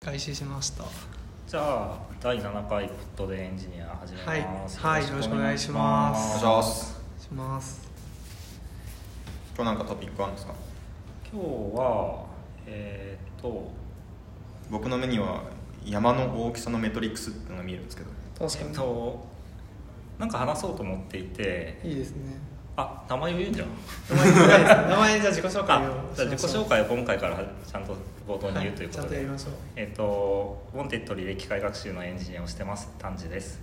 開始しましたじゃあ第7回フットでエンジニア始めはいます、はいお願よいろしくまお願すいします今日なんかトピックあるんですか今日はえーっと僕の目には山の大きさのメトリックスっていうのが見えるんですけど確かにえーっとなんか話そうと思っていていいですねあ名前を言うんじゃん名前言いたいですね名前じゃあ自己紹介あをじゃあ自己紹介介を今回からちゃんと冒頭に言うというこちゃんととで、やりましょうえーっと「ウォンテッド」履歴機械学習のエンジニアをしてます丹治です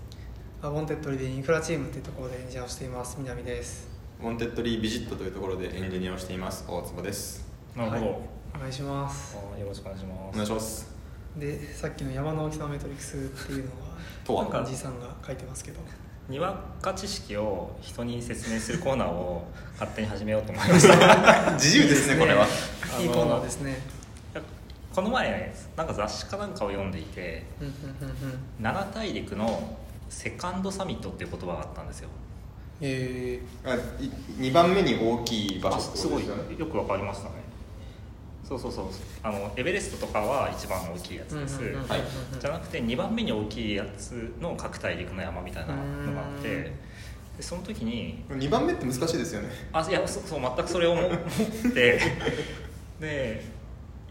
あボンテッドリーでインフラチームっていうところで演じをしています南ですモンテッドリービジットというところでエンジニアをしています大坪ですなるほど、はいお願いしますあよろしくお願いしまおす願いしますでさっきの山の大きさのメトリックスっていうのはとはなんかじいさんが書いてますけどにわか知識を人に説明するコーナーを勝手に始めようと思いました自由ですねこれは、あのいいコーナーですねこの前なんか雑誌かなんかを読んでいてうんうんうんうん奈良大陸のセカンドサミットっていう言葉があったんですよえあい2番目に大きい場所あってすこごといでよよねくわかりましたねそうそうそうあのエベレストとかは一番大きいやつです、うんうんうんうんはいじゃなくて2番目に大きいやつの各大陸の山みたいなのがあってうんでその時に2番目って難しいですよねあいやそそう全くそれを思思っ てで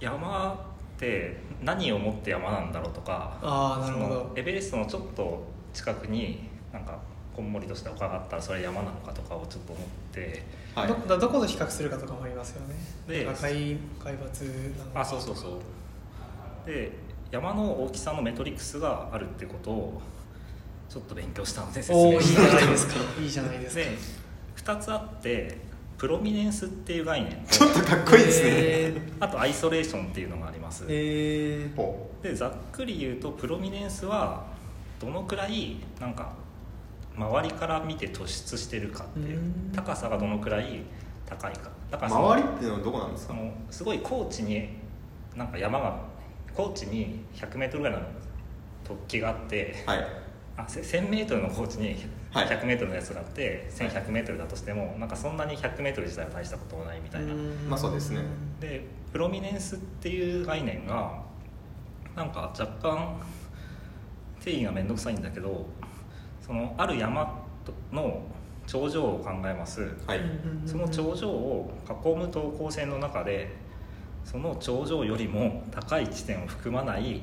山って何をもって山なんだろうとかあーなるほどそのエベレストのちょっと近くになんかこんもりとした丘があったらそれ山なのかとかをちょっと思ってはいどだどこと比較するかとかもありますよねで赤い海抜なのかあそうそうそうで山の大きさのメトリックスがあるってことをちょっと勉強したので説おおい明いしじたゃいとない思いまですかいいじゃないですかで2つあってプロミネンスっていう概念とちょっ とかっこいいですね、えあとアイソレーションっていうのがありますー、えーほでざっくり言うとプロミネンスはどのくらいなんか周りから見て突出してるかっていううん高さがどのくらい高いかだうからその周りっていうのはどこなんですそかのすごい高地になんか山が高地に 100m ぐらいの突起があってはいあせ 1000m の高地にはい 100m のやつがあって、1100m だとしてもなんかそんなに 100m 自体は大したこともないみたいな。うんまあそうですねでプロミネンスっていう概念がなんか若干定義が面倒くさいんだけどそのある山の頂上を考えますはいその頂上を囲む等高線の中でその頂上よりも高い地点を含まない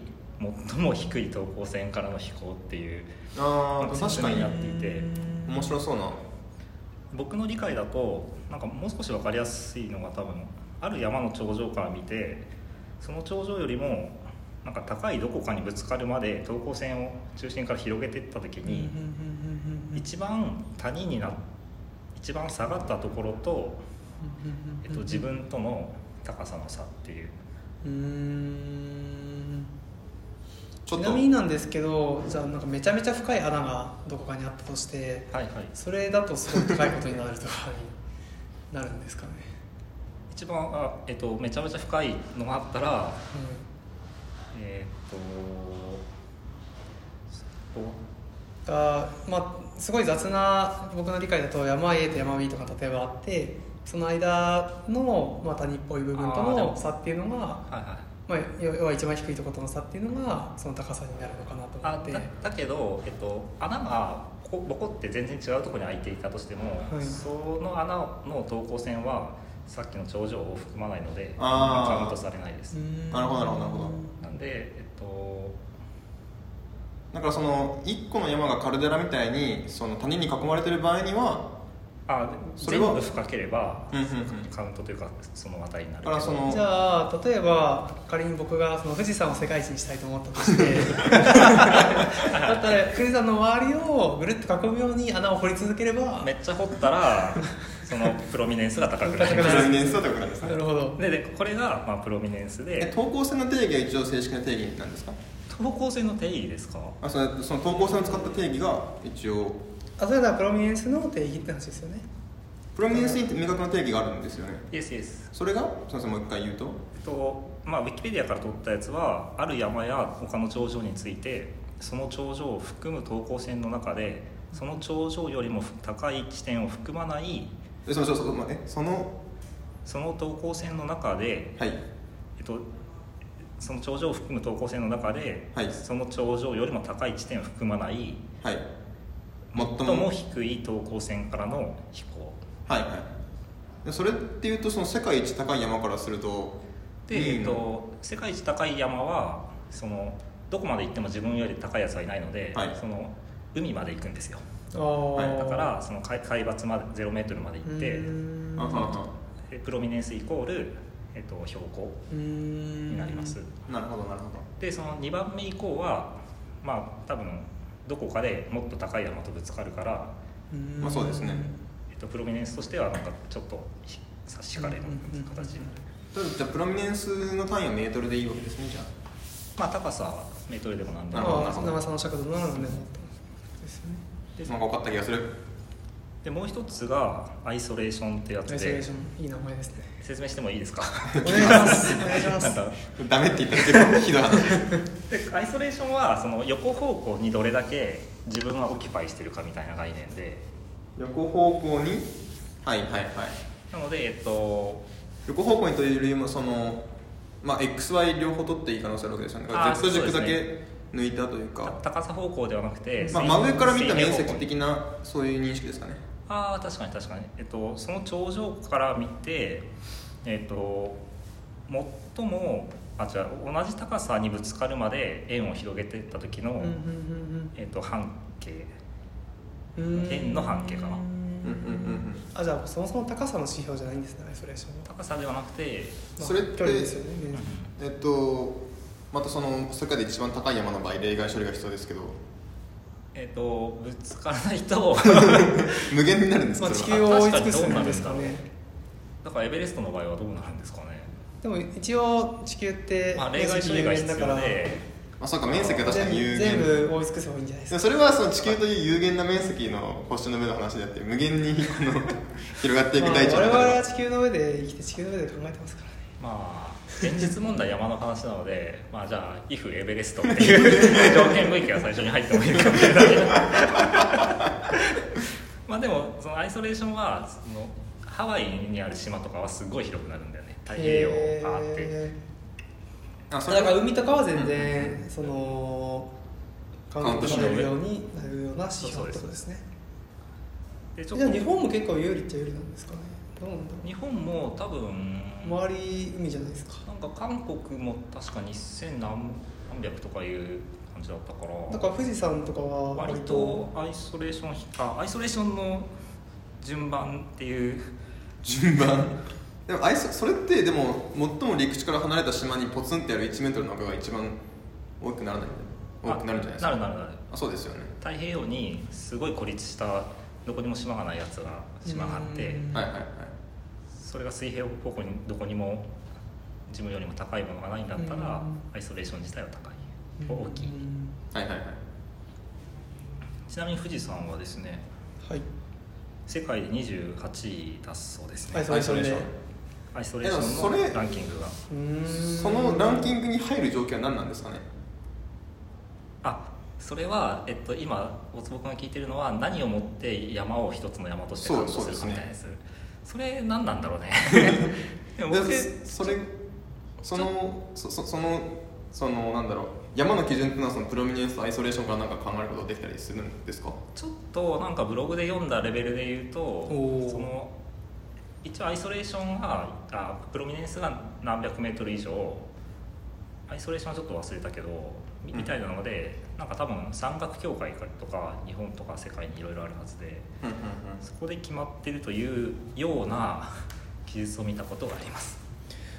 最も低い等高線からの飛行っていうあー確かにやっていて面白そうな僕の理解だとなんかもう少し分かりやすいのが多分ある山の頂上から見てその頂上よりもなんか高いどこかにぶつかるまで等高線を中心から広げていった時に一番谷にな一番下がったところと、えっと、自分との高さの差っていううーんちちょっなとみになんですけどじゃあなんかめちゃめちゃ深い穴がどこかにあったとしてはいはいそれだとすごい高いことになるとかになるんですかね、一番あ、えっと、めちゃめちゃ深いのがあったらうえっとそこん、がまあすごい雑な僕の理解だと山 A と山 B とか例えばあってその間の、まあ、谷っぽい部分とあーでのも差っていうのがはいはいまあ、要は一番低いところとの差っていうのがその高さになるのかなと思あってだだけど、えっと、穴がここボコって全然違うところに開いていたとしても、はいその穴の等高線はさっきの頂上を含まないのであーカウントされないです、うんなるほどなるほどなるほどなんでえっとだからその1個の山がカルデラみたいにその谷に囲まれてる場合にはあそれ全は部深ければ、うんうんうんカウントというかその値になるだけからそどのじゃあ例えば仮に僕がその富士山を世界一にしたいと思ったとして だったら富士山の周りをぐるっと囲むように穴を掘り続ければめっちゃ掘った らそのプロミネンスが高くな高りくまなるすプロミネンスだということなんですなねるほどででこれが、まあ、プロミネンスえで等高線の定義が一応正式な定義なんですか等高線の定義ですかあそれその等高線を使った定義が一応あそれではプロミネンスの定義って話ですよねプロミネンスに明確な定義があるんですよねイエスイエスそれがすみませんもう一回言うとえっとまあ、ウィキペディアから取ったやつはある山や他の頂上についてその頂上を含む等高線の中でその頂上よりも高い地点を含まないえそうそうそうまあえそのその等高線の中で、はいえっと、その頂上を含む等高線の中で、はいその頂上よりも高い地点を含まないはい最最もも低い等高線からの飛行はいはいでそれっていうとその世界一高い山からするとで、二位えっのと、世界一高い山はそのどこまで行っても自分より高いやつはいないので、はいその海まで行くんですよあーはいだからその海海抜まで0メートルまで行ってうーんあはでプロミネンスイコール、えっと、標高うーんになります、はなるほどなるほでその2番目以降はまあ多分どこかでもっと高い山とぶつかるから、うーどんまあそうですねえっと、プロミネンスとしてはなんかちょっとひ差し引かれる形になる、ということでじゃあプロミネンスの単位はメートルでいいわけですねじゃあまあ高さはメートルでもなんでなるほどもああ長さの尺度なのでもですねでなんか分かった気がする でもう一つがアイソレーションってやつアイソレーでションいい名前ですね説明してもいいですかお願いしますお願いしますなんかダメって言ったら結構ひどい話でアイソレーションはその横方向にどれだけ自分はオキュパイしてるかみたいな概念で横方向にはいはいはいなのでえっと横方向にというよりもそのまあ XY 両方取っていい可能性あるわけですよねあー Z 軸そうだですけ抜いたというかた高さ方向ではなくて、まあ、水真上から見水平た面方向積的なそういう認識ですかねああ確かに確かに、えっと、その頂上から見てえっと最もあじゃあ同じ高さにぶつかるまで円を広げていった時の、うんうんえっと、半径うんうんうーん円の半径かなうんうんうんあじゃあそもそも高さの指標じゃないんですねアイソレーションは高さではなくてまあそれって距離ですよねえっとまたその世界で一番高い山の場合例外処理が必要ですけどえっとぶつからない と無限になるんですまかあそ地れは球を覆い尽くすんですか確かにどうなるんだろねだからエベレストの場合はどうなるんですかね、でも一応地球ってまあ、例外処理が必要であそうか面積は確かに有全限全部覆い尽くせばいいんじゃないですでもかそれはその地球という有限な面積の星の上の話であって無限にこの広がっていく大地まあの我々は中で地球の上で生きて地球の上で考えてますからねまあ現実問題山の話なのでまあじゃあ「if エベレスト」っていう条件分岐が最初に入ってもいいかもしれない まあでもそのアイソレーションはそのハワイにある島とかはすごい広くなるんだよね太平洋があってへあーそだれからは海とかは全然そのカウントされるようになるような指標ってことですねでちょっじゃあと日本も結構有利っちゃ有利なんですかねどうなんだろ日本も多分う周り海じゃないですかなんか韓国も確か2000何何百とかいう感じだったからだから富士山とかは割とアイソレーションあアイソレーションの順番っていう順番でもあいそそれってでも最も陸地から離れた島にポツンってある1メートルの中が一番多くならない多くなるんじゃないですかあなるなるなるあそうですよね太平洋にすごい孤立したどこにも島がないやつが島があってうんはいはいはいそれが水平方向にどこにも自分よりも高いものがないんだったらうんアイソレーション自体は高いうん大きいはいはいはいちなみに富士山はですねはい世界で28位だそうですアねイソレーションでアイソレーションアイソレーションえでもそれのランキングがうーんそのランキングに入る条件は何なんですかねあそれは、えっと、今大坪君が聞いてるのは何をもって山を一つの山としてそう感動するそかうですねみたいなやつそれ何なんだろうね でも僕でそれそのそそそのそのなんだろう山の基準っていうのはそのプロミネンスとアイソレーションからなんか考えることができたりするんですかちょっとなんかブログで読んだレベルで言うとおーその一応アイソレーションがあプロミネンスが何百メートル以上アイソレーションはちょっと忘れたけどみみたいなので、なんか多分山岳協会とか日本とか世界にいろいろあるはずでうんうんうんそこで決まってるというような記述を見たことがあります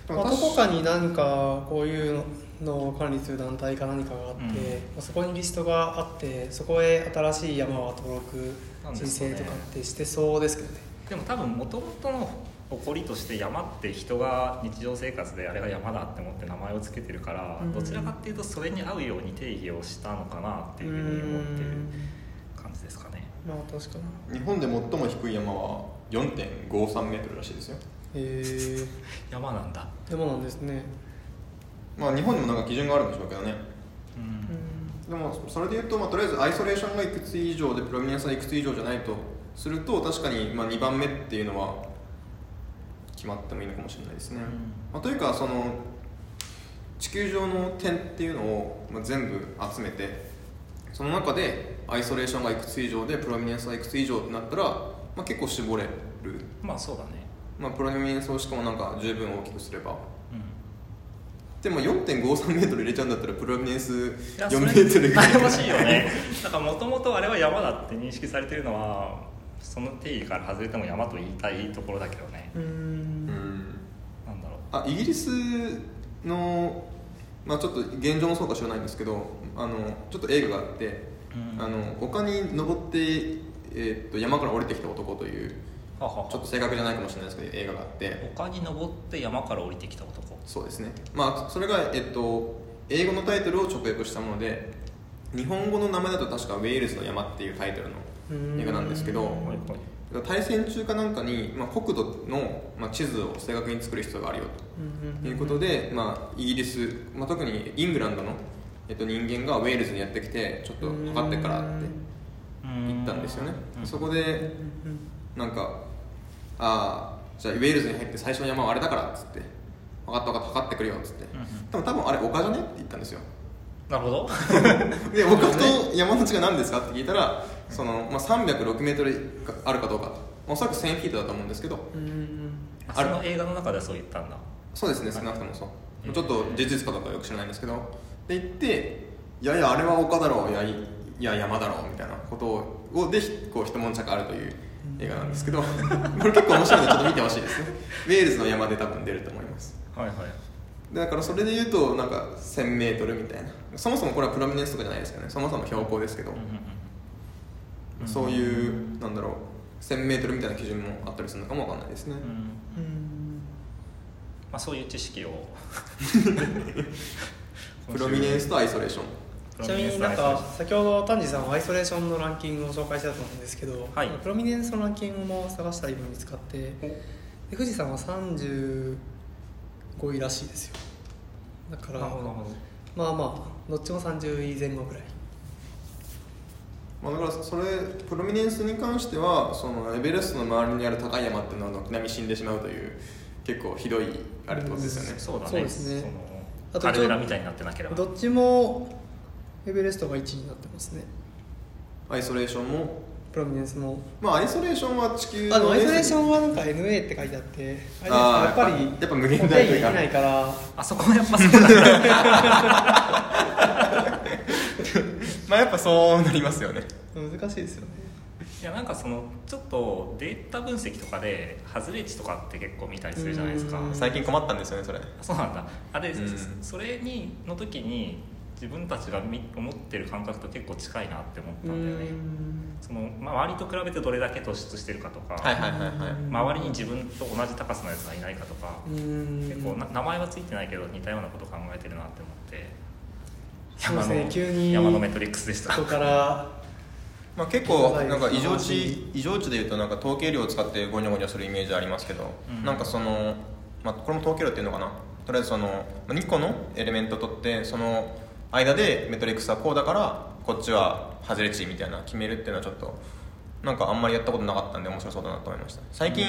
まあ、どこかに何かこういうのを管理する団体か何かがあって、うんまあそこにリストがあってそこへ新しい山は登録なん申ですか請ねとかってしてそうですけどねでも多分もともとの誇りとして山って人が日常生活であれが山だって思って名前を付けてるから、うんどちらかっていうとそれに合うように定義をしたのかなっていうふうに思ってる感じですかねまあ確かに日本で最も低い山は4.53メートルらしいですよへえ山なんだ山なんですねまあ日本にもなんか基準があるんでしょうけどねうん、でもそれで言うと、まあ、とりあえずアイソレーションがいくつ以上でプロミネンスがいくつ以上じゃないとすると確かにまあ2番目っていうのは決まってもいいのかもしれないですね、うんまあ、というかその地球上の点っていうのを、まあ、全部集めてその中でアイソレーションがいくつ以上でプロミネンスがいくつ以上ってなったら、まあ、結構絞れる、まあそうだねまあ、プロミネンスをしかもなんか十分大きくすればうんでも4 5 3ル入れちゃうんだったらプロミネンスいや4それメートルぐらい悩ましいよね だからもともとあれは山だって認識されてるのはその定義から外れても山と言いたいところだけどねうーうんんなんだろうあイギリスの、まあ、ちょっと現状もそうか知らないんですけどあのちょっと映画があって、うんあの丘に登って、えーっと山から降りてきた男というはははちょっと正確じゃないかもしれないですけど映画があって丘に登って山から降りてきた男そうですねまあそれが、えっと、英語のタイトルを直訳したもので日本語の名前だと確か「ウェールズの山」っていうタイトルの映画なんですけどはいはい対戦中かなんかに、まあ、国土の、まあ、地図を正確に作る必要があるよと。うんということで、まあ、イギリス、まあ、特にイングランドの、えっと、人間がウェールズにやってきてちょっと測ってからって言ったんですよねうんそこでなんかああじゃあウェールズに入って最初の山はあれだからっつって分かった分かった測ってくるよっつってうんうんでも多分あれ丘じゃねって言ったんですよなるほ どで丘と山の違い何ですかって聞いたらその、まあ、306メートルあるかどうかおそらく1000フィートだと思うんですけどうんああそるの映画の中ではそう言ったんだそうですね少なくともそうちょっと事実かどうかはよく知らないんですけどで行って「いやいやあれは丘だろういやいいや山だろう」みたいなことををでひこう一悶着あるという映画なんですけどこれ結構面白いのでちょっと見てほしいですねウェールズの山で多分出ると思いますはいはいでだからそれで言うとなんか 1000m みたいなそもそもこれはプロミネンスとかじゃないですよねそもそも標高ですけどうんうんうんそういうなんだろう 1000m みたいな基準もあったりするのかもわかんないですねうんうんまあ、そういう知識を プロミネ ンスとアイソレーションちなみになんか先ほど丹治さんはアイソレーションのランキングを紹介したと思うんですけど、はいプロミネンスのランキングも探したら今見つかってで富士山は35位らしいですよだからなるほどなるほどまあまあどっちも30位前後ぐらいまあ、だからそれプロミネンスに関してはそのエベレストの周りにある高い山っていうのは軒並み死んでしまうという結構ひどいあれってことですよね、そうだねそうですねあそとのカルデラみたいになってなければどっちもエベレストが1位になってますねアイソレーションもプロミネンスもまあアイソレーションは地球あのアイソレーションンはなんか NA って書いてあってあれですかあーやっぱりやっぱやっぱ無限大というかお手入れできないからあそこはやっぱそう なんだまあやっぱそうなりますよね難しいですよねいやなんかそのちょっとデータ分析とかで外れ値とかって結構見たりするじゃないですかうん最近困ったんですよねそれそうなんだあれ、うんそれにの時に自分たちがみ思ってる感覚と結構近いなって思ったんだよねその、まあ、周りと比べてどれだけ突出してるかとか、はいはいはいはい周りに自分と同じ高さのやつがいないかとか、うん結構な名前はついてないけど似たようなこと考えてるなって思ってそうですね山の急に山のメトリックスでしたそこからまあ、結構なんか異常値異常値でいうとなんか統計量を使ってゴニョゴニョするイメージありますけど、うんなんかその、まあ、これも統計量っていうのかなとりあえずそのまあ2個のエレメント取ってその間でメトリックスはこうだからこっちは外れ値みたいな決めるっていうのはちょっとなんかあんまりやったことなかったんで面白そうだなと思いました最近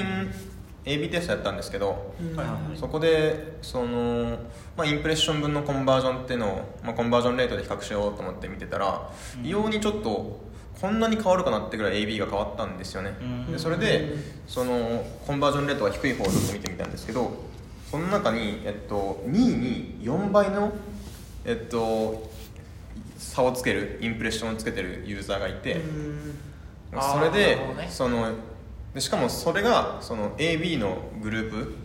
AB テストやったんですけどうんはいはいそこでその、まあ、インプレッション分のコンバージョンっていうのを、まあ、コンバージョンレートで比較しようと思って見てたら、異様にちょっとこんなに変わるかなってぐらい AB が変わったんですよね、うんでそれでそのコンバージョンレートが低い方をずっと見てみたんですけどその中に、えっと、2位に4倍の、えっと、差をつけるインプレッションをつけてるユーザーがいて、うんそれあーなでるほどねそのでしかもそれがその AB のグループ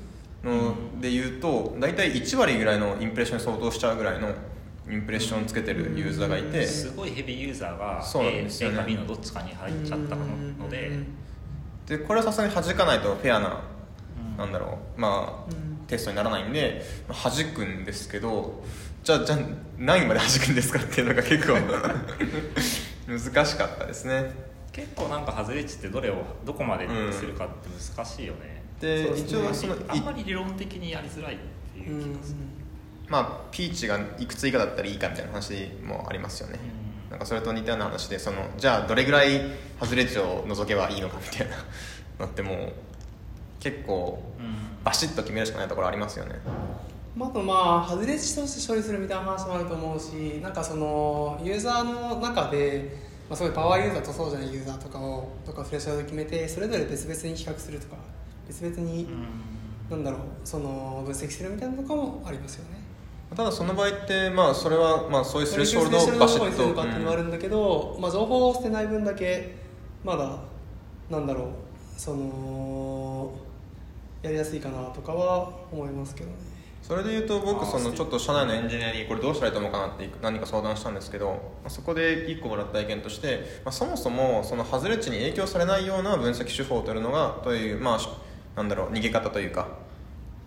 のでいうと大体1割ぐらいのインプレッションに相当しちゃうぐらいのインプレッションつけてるユーザーがいてすごいヘビーユーザーがそうなんですよ A, ね A か B のどっちかに入っちゃったので、うんでこれはさすがに弾かないとフェアななんだろうまあうんテストにならないんでまあ弾くんですけどじゃあじゃあ何位まで弾くんですかっていうのが結構 難しかったですね。結構なんか外れ値ってどれをどこまでにするかって難しいよね、でそうです一ね応そのあんまり理論的にやりづらいってういんう気がする、まあ、ピーチがいくつ以下だったらいいかみたいな話もありますよね、うんなんかそれと似たような話でそのじゃあどれぐらい外れ値を除けばいいのかみたいななってもう結構うんバシッと決めるしかないところありますよね、うまあ、あとまあ外れ値として処理するみたいな話もあると思うしなんかそのユーザーの中で、まあ、そういうパワーユーザーとそうじゃないユーザーとかをとかフレッシャーで決めてそれぞれ別々に比較するとか別々に、なんだろうその分析するみたいなのとかもありますよね。ただその場合って、まあ、それは、まあ、そういうスレッショールドをバシッと、とかっていうのもあるんだけど、まあ、情報を捨てない分だけまだなんだろうそのやりやすいかなとかは思いますけどね。それで言うとあ僕ーそ素の敵ちょっと社内のエンジニアにこれどうしたらいいと思うかなって何か相談したんですけどまあそこで一個もらった意見として、まあ、そもそもその外れ値に影響されないような分析手法を取るのがというまあしなんだろう逃げ方というか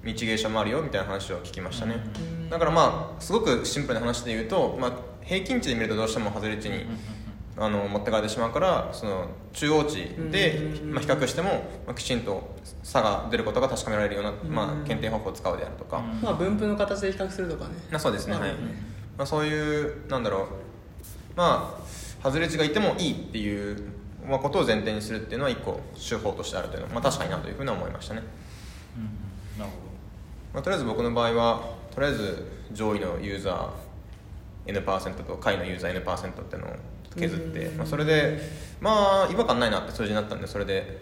道芸者もあるよみたいな話を聞きましたねうんだからまあすごくシンプルな話で言うと、まあ、平均値で見るとどうしても外れ値にあの持ってかれてしまうからその中央値でうんうんうんう、んまあ、比較しても、まあ、きちんと差が出ることが確かめられるような、まあうん、検定方法を使うであるとか、うんまあ分布の形で比較するとかね。まあそうですねまあはい、ねまあ、そういうなんだろうまあ外れ値がいてもいいっていう、まあ、ことを前提にするっていうのは一個手法としてあるというのは、まあ、確かになというふうに思いましたね、うんなるほまあ、とりあえず僕の場合はとりあえず上位のユーザー N パーセントと下位のユーザー N パーセントっていうのを削って、うんまあ、それでまあ違和感ないなって数字になったんでそれで、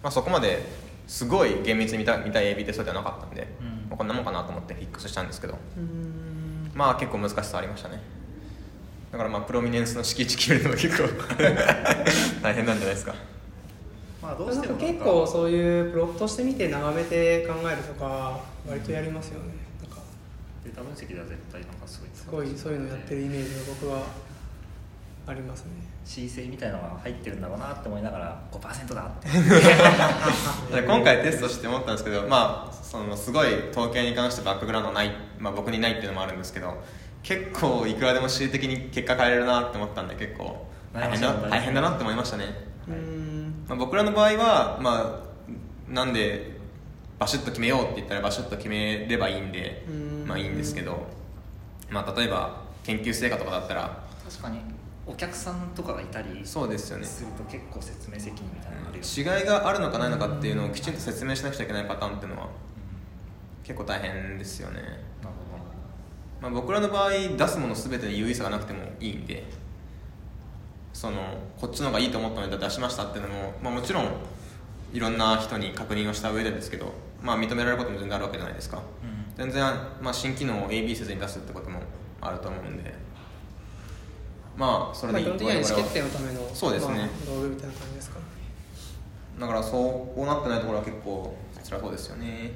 まあ、そこまですごい厳密に見た見たい AB テストではなかったんで、うんまあ、こんなもんかなと思ってフィックスしたんですけどうんまあ結構難しさありましたねだからまあプロミネンスの敷地決めるのは結構 大変なんじゃないですかまあどうなしんてかもなん結か構そういうプロットしてみて眺めて考えるとか割とやりますよね。なんかデータ分析では絶対なんかすごいすごいそういうのやってるイメージが僕はありますね。申請みたいなのが入ってるんだろうなって思いながら5%だってで今回テストして思ったんですけどまあそのすごい統計に関してバックグラウンドない、まあ、僕にないっていうのもあるんですけど結構いくらでも恣意的に結果変えれるなって思ったんで結構大変だ悩ましい大変だなって思いましたね、うはいんまあ、僕らの場合はまあなんでバシッと決めようって言ったらバシッと決めればいいんでうんまあいいんですけどまあ例えば研究成果とかだったら確かにお客さんとかがいたりすそうですよるねと結構説明責任みたいなのあるよね違いがあるのかないのかっていうのをきちんと説明しなくちゃいけないパターンっていうのは結構大変ですよね、なるほまあ、僕らの場合出すもの全てに優位さがなくてもいいんでそのこっちの方がいいと思ったので出しましたっていうのも、まあ、もちろんいろんな人に確認をした上でですけど、まあ、認められることも全然あるわけじゃないですかど、うん全然、まあ、新機能を AB せずに出すってこともあると思うんでまあそれまあで基本一的には意思決定のためのそうですねまあ道具みたいな感じですかね。だからそうこうなってないところは結構辛そうですよね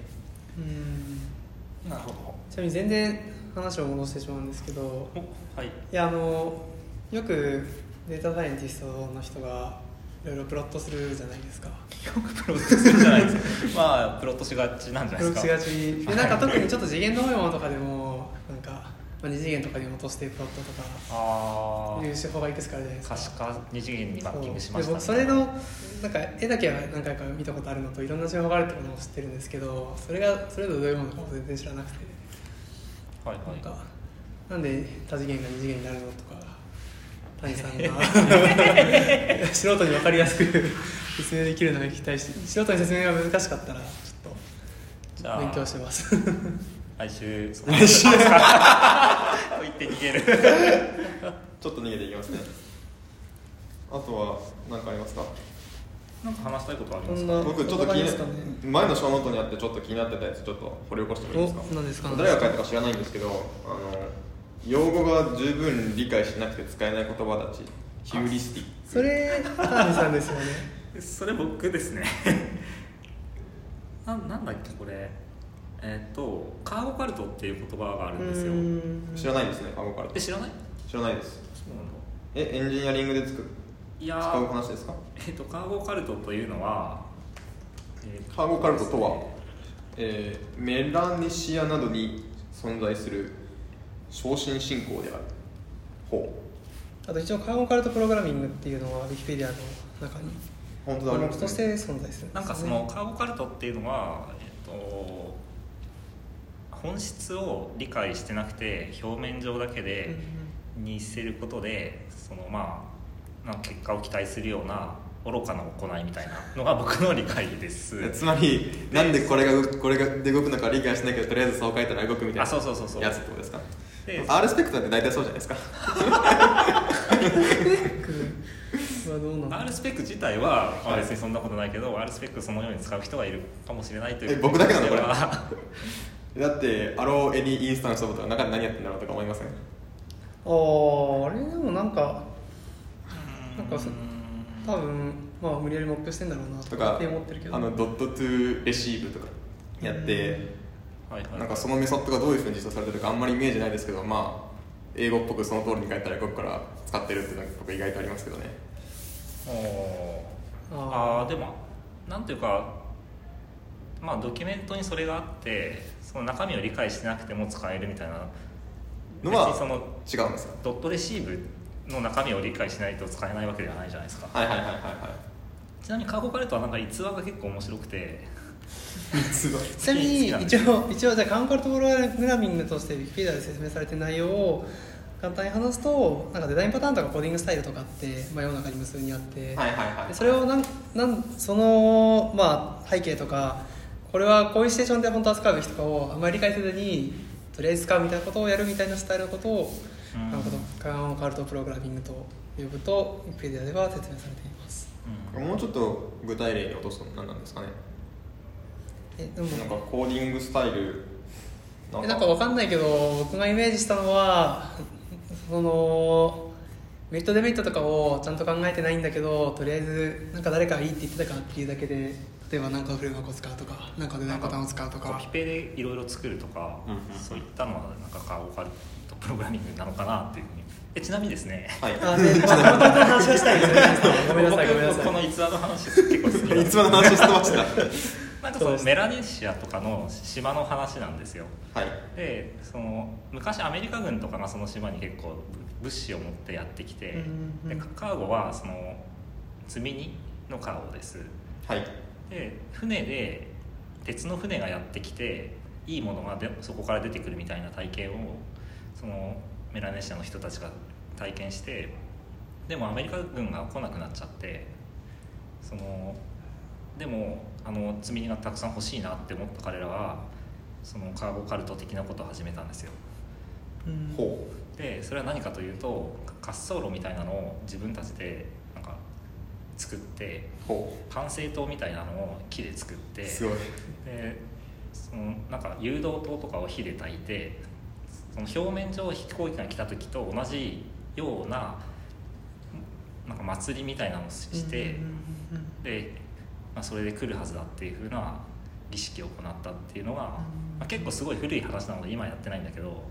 うんなるほちなみに全然話を戻してしまうんですけど、どはいいやあのよくデータサイエンティストの人がいろいろプロットするじゃないですか。プロットするじゃないですかまあプロットしがちなんじゃな黒いくですしかがちでなんか特にちょっと次元の多いものとかでもなんか、まあ、二次元とかに落としてプロットとかあいう手法がいくつかあるじゃないですあか可視化二次元にマッピングしまそうしでた僕それのなんか絵だけは何回か見たことあるのといろんな手法があるってことも知ってるんですけどそれがそれぞれどういうものかも全然知らなくてはいなんはかなんで多次元が二次元になるのとか谷さんが 素人に分かりやすく 説明できるのに期待して素人に説明が難しかったらちょいじっゃとあ勉強してます。来週来週と 言って逃げるちょっと逃げていきま すねあとは何かありますかなんか話したいことありこますんかな僕ちょっとこん気な感にじでなすかね前の小ノートにあってちょっと気になってたやつちょっと掘り起こしてもいいですかお何ですか誰が書いたか知らないんですけどあの用語が十分理解しなくて使えない言葉たちヒューリスティックそれ花火さんですよねそれ僕ですね ななんだっけこれえっ、とカーゴカルトっていう言葉があるんですよ知らないですねカゴからえ知らない知らないですそうなんだえエンジニアリングでつくいや使うー話ですかえっ、とカーゴカルトというのは、えーカーゴカルトとは、えーメラネシアなどに存在する昇進信仰であるほうあと一応カーボンカルトプログラミングっていうのはウィキペディアの中に本当だあ項目りますねとして存在するんですよねなんかそのカーゴカルトっていうのは、えっと本質を理解してなくて表面上だけで似せることでそのまあなんか結果を期待するような愚かな行いみたいなの が僕の理解ですえつまりなんでこれが動これがで動くのか理解しないけどとりあえずそう書いたら動くみたいなあそうそうそうそうやつってことですかで R スペクトって大体そうじゃないですかはどうなんだ R スペック自体は、まあはい別にそんなことないけど、R スペックそのように使う人がいるかもしれないというえ僕だけなのこれではだってアローエニーインスタンスオブとか中で何やってんだろうとか思いませんあーあれでもなんかなんかそ多分まあ無理やりモップしてんだろうなととかかって思ってるけどあのドットトゥレシーブとかやってはいはい、なんかそのメソッドがどういうふうに実装されてるかあんまりイメージないですけどまあ英語っぽくその通りに書いたら動くから使ってるっていうのが僕意外とありますけどねおーあーあーでもなんていうかまあドキュメントにそれがあってその中身を理解してなくても使えるみたいなの別にそはの違うんですかドットレシーブの中身を理解しないと使えないわけではないじゃないですかはいはいは いはいはいちなみにカーゴカレットはなんか逸話が結構面白くてすごいちなみに好き好き一応一応じゃあカンカルトプログラミングとしてウィキペディアで説明されてる内容を簡単に話すとなんかデザインパターンとかコーディングスタイルとかって、まあ、世の中に無数にあって、はいはいはいでそれをなんなんその、まあ、背景とかこれはこういうシチュエーションで本当は使うべきとかをあまり理解せずにとりあえず使うみたいなことをやるみたいなスタイルのことをうんカンカルトカンカルトプログラミングと呼ぶとウィキペディアでは説明されていますうんもうちょっと具体例に落とすと何なんですかねえでもなんかコーディングスタイルなんえかなんかわかんないけど僕がイメージしたのはそのメリットデメリットとかをちゃんと考えてないんだけどとりあえずなんか誰かがいいって言ってたからっていうだけで例えばなんかフレームワークを使うとかなんかデザインパターンを使うとコかピペでいろいろ作るとか、うんうんそういったのはなんかカーゴカルトプログラミングなのかなっていうふうにえちなみにですねはいあでまあ本当の話がしたいですねごめんなさいご僕めんなさい この逸話の話結 構好きなんでいつもの話をしてましたなんそうかそでのすメラネシアとかの島の話なんですよはいでその昔アメリカ軍とかがその島に結構物資を持ってやってきてうんうでんカーゴはその積み荷のカーゴですはいで船で鉄の船がやってきていいものがでそこから出てくるみたいな体験をそのメラネシアの人たちが体験してでもアメリカ軍が来なくなっちゃってそのでもあの積み荷がたくさん欲しいなって思った彼らはそのカーゴカルト的なことを始めたんですようんほでそれは何かというと滑走路みたいなのを自分たちでなんか作ってうほ管制塔みたいなのを木で作ってうすごいでそのなんか誘導灯とかを火で焚いてその表面上飛行機が来た時と同じようななんか祭りみたいなのをしして、うんうんうんで、まあ、それで来るはずだっていうふうな儀式を行ったっていうのが、まあ、結構すごい古い話なので今やってないんだけど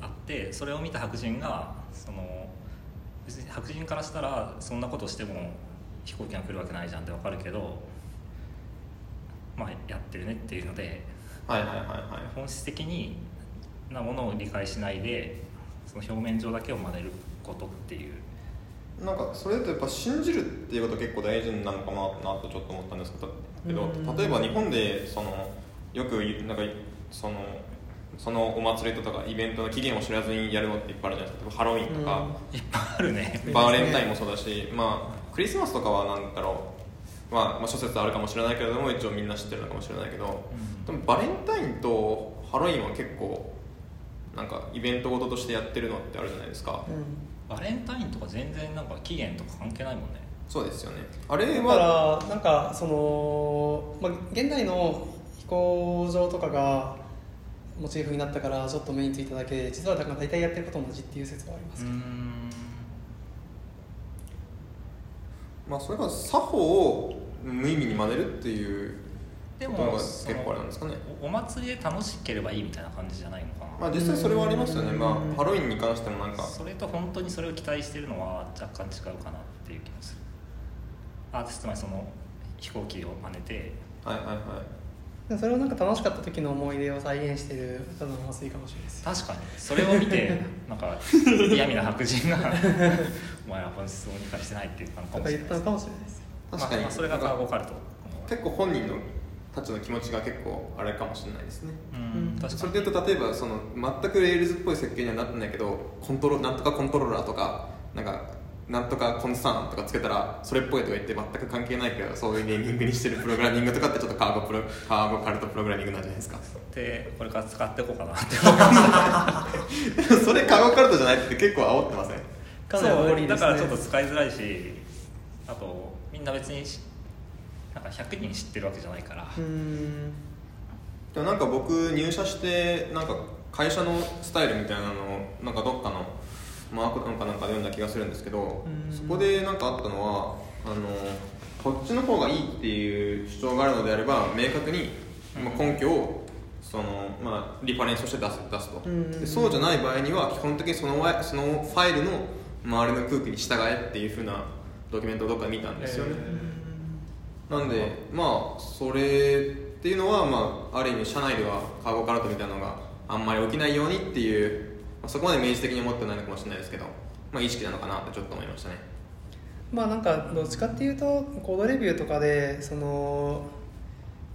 あってそれを見た白人がその別に白人からしたらそんなことしても飛行機が来るわけないじゃんってわかるけどまあやってるねっていうのではいはいはいはい本質的になものを理解しないでその表面上だけを真似ることっていう。なんかそれだとやっぱ信じるっていうこと結構大事なのかななとちょっと思ったんですけど、うん例えば日本でそのよくなんかそのそのお祭りとかイベントの期限を知らずにやるのっていっぱいあるじゃないですか例えばハロウィーンとか、いっぱいあるねうんバーレンタインもそうだし、まあ、クリスマスとかは何だろう、まあ、まあ諸説あるかもしれないけれども一応みんな知ってるのかもしれないけど、うでもバレンタインとハロウィーンは結構なんかイベントごととしてやってるのってあるじゃないですか、バレンタインとか全然なんか期限とか関係ないもんねそうですよねあれだはからなんかその、まあ、現代の飛行場とかがモチーフになったからちょっと目についただけで実はだから大体やってることも同じっていう説はありますけど、んまあ、それから作法を無意味に真似るっていうでこともが結構あれなんですかねそのおお祭りで楽しければいいみたいな感じじゃないのかな、まあ実際それはありますよね、うんまあ、ハロウィンに関してもなんかそれと本当にそれを期待してるのは若干違うかなっていう気もするあつまりその飛行機を真似てはいはいはいでもそれをなんか楽しかった時の思い出を再現してるただのお祭りかもしれないですよ確かにそれを見 てなんか嫌味な白人が お前は本質を理解してないって言ったのかともかしれ言っなたいのかもしれないですよ確かに、まあまあそれがカーゴカルト結構本人のたちの気持ちが結構あれかもしれないですねうん確そかれにで言うと例えばその全くレールズっぽい設計にはなってないけどコントロなんとかコントローラーとかなんかなんとかコンスタンとかつけたらそれっぽいとか言って全く関係ないけどそういうネーミングにしてるプログラミングとかってちょっとカーゴプロカーゴカルトプログラミングなんじゃないですかでこれから使っていこうかなって それカーゴカルトじゃないって結構煽ってませんそうそう多いですねだからちょっと使いづらいしあとみんな別にしなんか100人知ってるわけじゃないから、うーんでもなんか僕入社してなんか会社のスタイルみたいなのをなんかどっかのマークなんかなんかで読んだ気がするんですけどうんそこでなんかあったのはあのこっちの方がいいっていう主張があるのであれば明確に、まあ、根拠をその、まあ、リファレンスとして出す出すとうんでそうじゃない場合には基本的にそのわそのファイルの周りの空気に従えっていうふうなドキュメントをどっかで見たんですよね。えーなんで、まあそれっていうのは、まあ、ある意味社内ではカーゴカルトみたいなのがあんまり起きないようにっていう、まあ、そこまで明示的に思ってないのかもしれないですけど、まあ、意識なのかなってちょっと思いましたねまあなんかどっちかっていうとコードレビューとかでその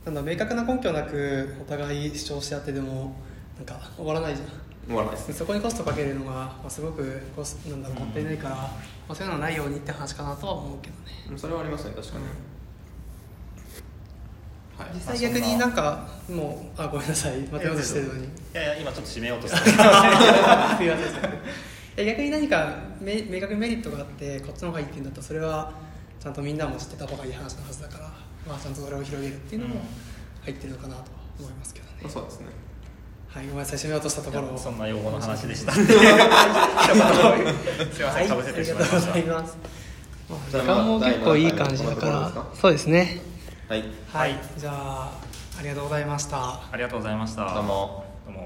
なんだ明確な根拠なくお互い主張し合ってでもなんか終わらないじゃん終わらないですそこにコストかけるのが、まあ、すごくコスなんだろうもったいないから、まあ、そういうのはないようにって話かなとは思うけどねそれはありますね確かに、はい実際逆になんかもうあごめんなさいまたようとしてるのにいやいや今ちょっと締めようとしてたすいませんすいませんえ逆に何かめ明確にメリットがあってこっちの方がいいっていうんだったらそれはちゃんとみんなも知ってた方がいい話のはずだから、まあ、ちゃんとそれを広げるっていうのもうん入ってるのかなとは思いますけどね、まあ、そうですねはいごめんなさい締めようとしたところをそんな用用語語のの話話ででししたたすいませんかぶせてしまいましはあたりがとうございますまあじゃあ時間もまあ結構いい感じだ第七回のところかでらそうですねはいはい、はいじゃあありがとうございましたありがとうございましたどうも